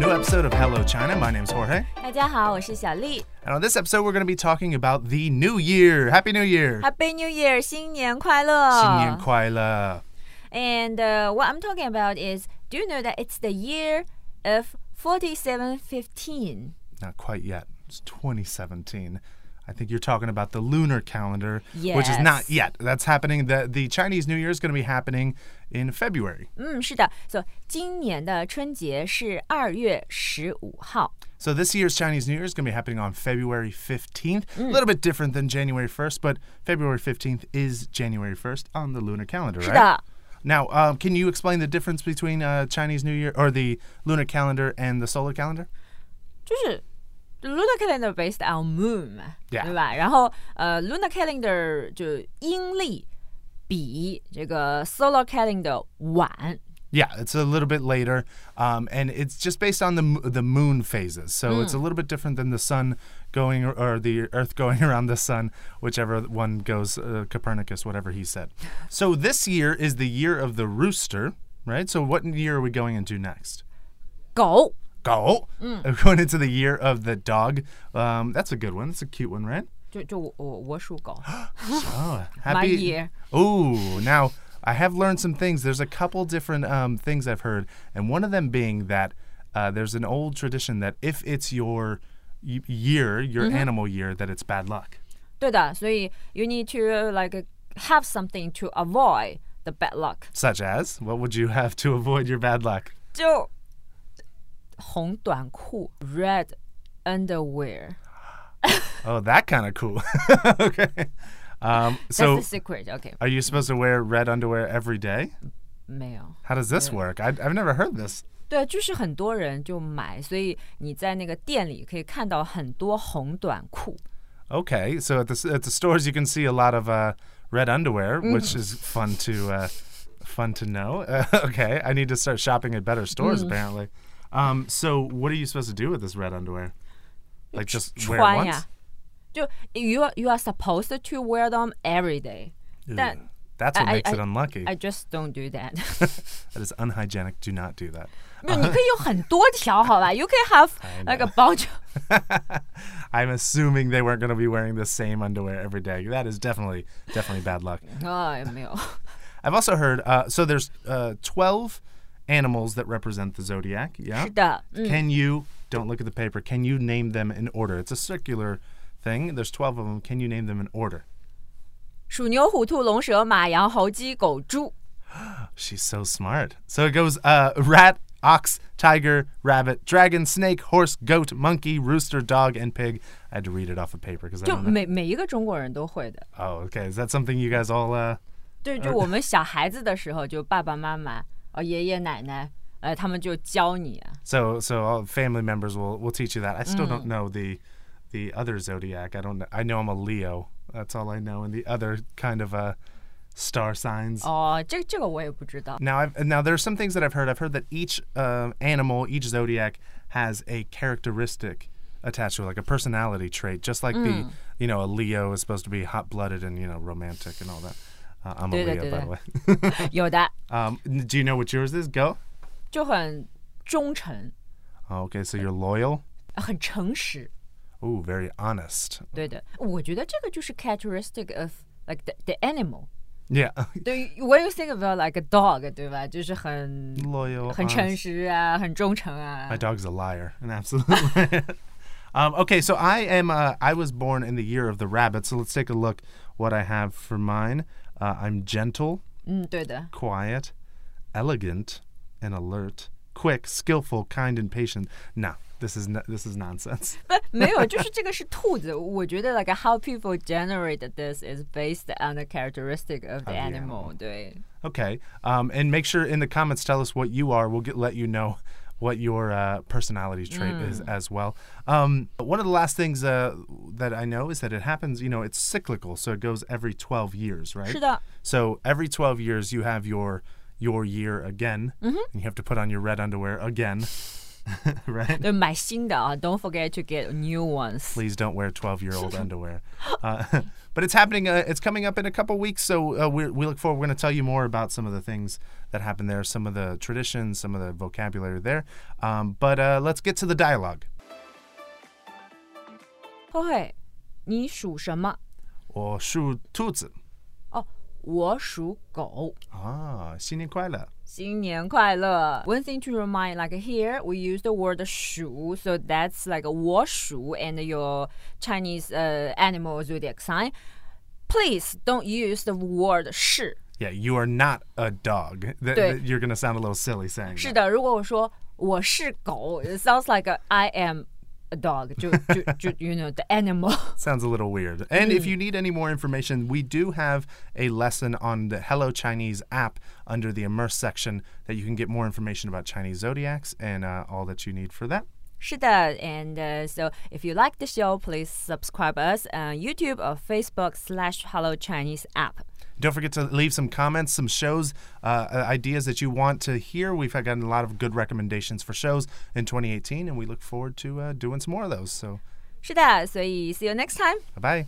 Hello, China. My name's Jorge. 大家好，我是小丽。 And on this episode, we're going to be talking about the new year. Happy New Year! Happy New Year，新年快乐。新年快乐. And uh, what I'm talking about is, do you know that it's the year of 4715? Not quite yet. It's 2017. I think you're talking about the lunar calendar, which is not Yes. yet. That's happening. The, the Chinese New Year is going to be happening in February. 嗯，是的。So 今年的春节是二月十五号。 So this year's Chinese New Year is going to be happening on February 15th. A little bit different than January 1st, but February 15th is January 1st on the lunar calendar, 是 right? 的。 Now, um, can you explain the difference between uh, Chinese New Year or the lunar calendar and the solar calendar? 就是 the lunar calendar based on moon 嘛 Yeah. 对吧？然后呃，lunar calendar 就阴历比这个 solar calendar 晚。 Yeah, it's a little bit later, um, and it's just based on the mo- the moon phases. So it's a little bit different than the sun going or, or the Earth going around the sun, whichever one goes. Uh, Copernicus, whatever he said. so this year is the year of the rooster, right? So what year are we going into next? 狗 Go. We're going into the year of the dog. Um, that's a good one. That's a cute one, right? 就就我我我属狗 Oh, ，my happy year。 Ooh, now I have learned some things. There's a couple different um, things I've heard, and one of them being that uh, there's an old tradition that if it's your y- year, your Mm-hmm. animal year, that it's bad luck. 对的，所以 you need to like have something to avoid the bad luck， Such as, what would you have to avoid your bad luck? 就红短裤 red underwear。 Oh, that kind of cool. okay. Um, so, That's the secret. OK， are you supposed to wear red underwear every day? 没有。 How does this work? I, I've never heard this. 对，就是很多人就买，所以你在那个店里可以看到很多红短裤。 Okay, so at the s- at the stores you can see a lot of uh, red underwear, Mm. which is fun to uh, fun to know. Uh, okay, I need to start shopping at better stores Mm. apparently. Um, so what are you supposed to do with this red underwear? Like just wear it 穿 once? 呀，就 you are you are supposed to wear them every day. That Ew. That's what I- I- makes it I- unlucky. I just don't do that. that is unhygienic. Do not do that. 没有，你可以有很多条，好吧？You can have like a bunch. I'm assuming they weren't going to be wearing the same underwear every day. That is definitely definitely bad luck. 啊，没有。 I've also heard uh, so there's uh, 12 animals that represent the zodiac. Yeah. 是的，嗯， Can you don't look at the paper? Can you name them in order? It's a circular thing. There's 12 of them. Can you name them in order? 鼠、牛、虎、兔、龙、蛇、马、羊、猴、鸡、狗、猪。 She's so smart. So it goes uh, rat, ox, tiger, rabbit, dragon, snake, horse, goat, monkey, rooster, dog, and pig. I had to read it off of paper because I 就 don't know. 每每一个中国人都会的。 Oh, okay. Is that something you guys all? Uh, 对，就我们小孩子的时候，就爸爸妈妈、呃爷爷奶奶，呃，他们就教你啊。 so so all family members will will teach you that. I still don't know the the other zodiac. I don't. Know. I know I'm a Leo. That's all I know. And the other kind of uh, star signs. 哦，这这个我也不知 道。 Now, I've, now there are some things that I've heard. I've heard that each um animal, each zodiac, has a characteristic attached to it, like a personality trait. Just like Hmm. the, you know, a Leo is supposed to be hot-blooded and you know romantic and all that. Uh, I'm a Do that, Leo, do by that. the way. 有的 Um, n- do you know what yours is? Go. 就很忠诚， Oh, okay, so you're loyal. 很诚实。 Ooh, very honest. 对的，我觉得这个就是 characteristic of like the the animal。 Yeah, 对，when you think about like a dog，对吧？就是很 loyal. 很 honest. 诚实啊，很忠诚啊 My。dog's a liar, an absolute liar. um, okay, so I am. Uh, I was born in the year of the rabbit. So let's take a look what I have for mine. Uh, I'm gentle, 嗯，对的。 quiet, elegant, and alert. Quick, skillful, kind, and patient. No, this is no, this is nonsense. 不，没有，就是这个是兔子。我觉得 like how people generate this is based on the characteristic of the animal。对。 Okay, um, and make sure in the comments tell us what you are. We'll get, let you know what your uh, personality trait is as well. Um, one of the last things uh, that I know is that it happens. You know, it's cyclical, so it goes every twelve years, right? 是的， So every 12 years, you have your your year again, and you have to put on your red underwear again, right? 对，买新的啊，Don't forget to get new ones. please don't wear 12 year old underwear. Uh, but it's happening, uh, it's coming up in a couple weeks. So uh, we're, we look forward, we're going to tell you more about some of the things that happen there, some of the traditions, some of the vocabulary there. Um, but uh, let's get to the dialogue. 后嘿，你属什么？我属兔子。哦，我属狗。 Ah, 新年快乐。新年快乐. One thing to remind, like here we use the word 鼠, so that's like a 我鼠 and your Chinese uh, animal zodiac sign. Please don't use the word 是. Yeah, you are not a dog. Th- th- 对。 you're going to sound a little silly saying that. 是的，如果我说我是狗，it sounds like a, I am a dog. 就就就 you know the animal. Sounds a little weird. And if you need any more information, we do have a lesson on the Hello Chinese app under the Immerse section that you can get more information about Chinese zodiacs and uh, all that you need for that. 是的，and uh, so if you like the show, please subscribe us on YouTube or Facebook slash Hello Chinese app. Don't forget to leave some comments, some shows, uh, uh, ideas that you want to hear. We've gotten a lot of good recommendations for shows in 2018, and we look forward to uh, doing some more of those. So, 是的，所以 see you next time. bye bye.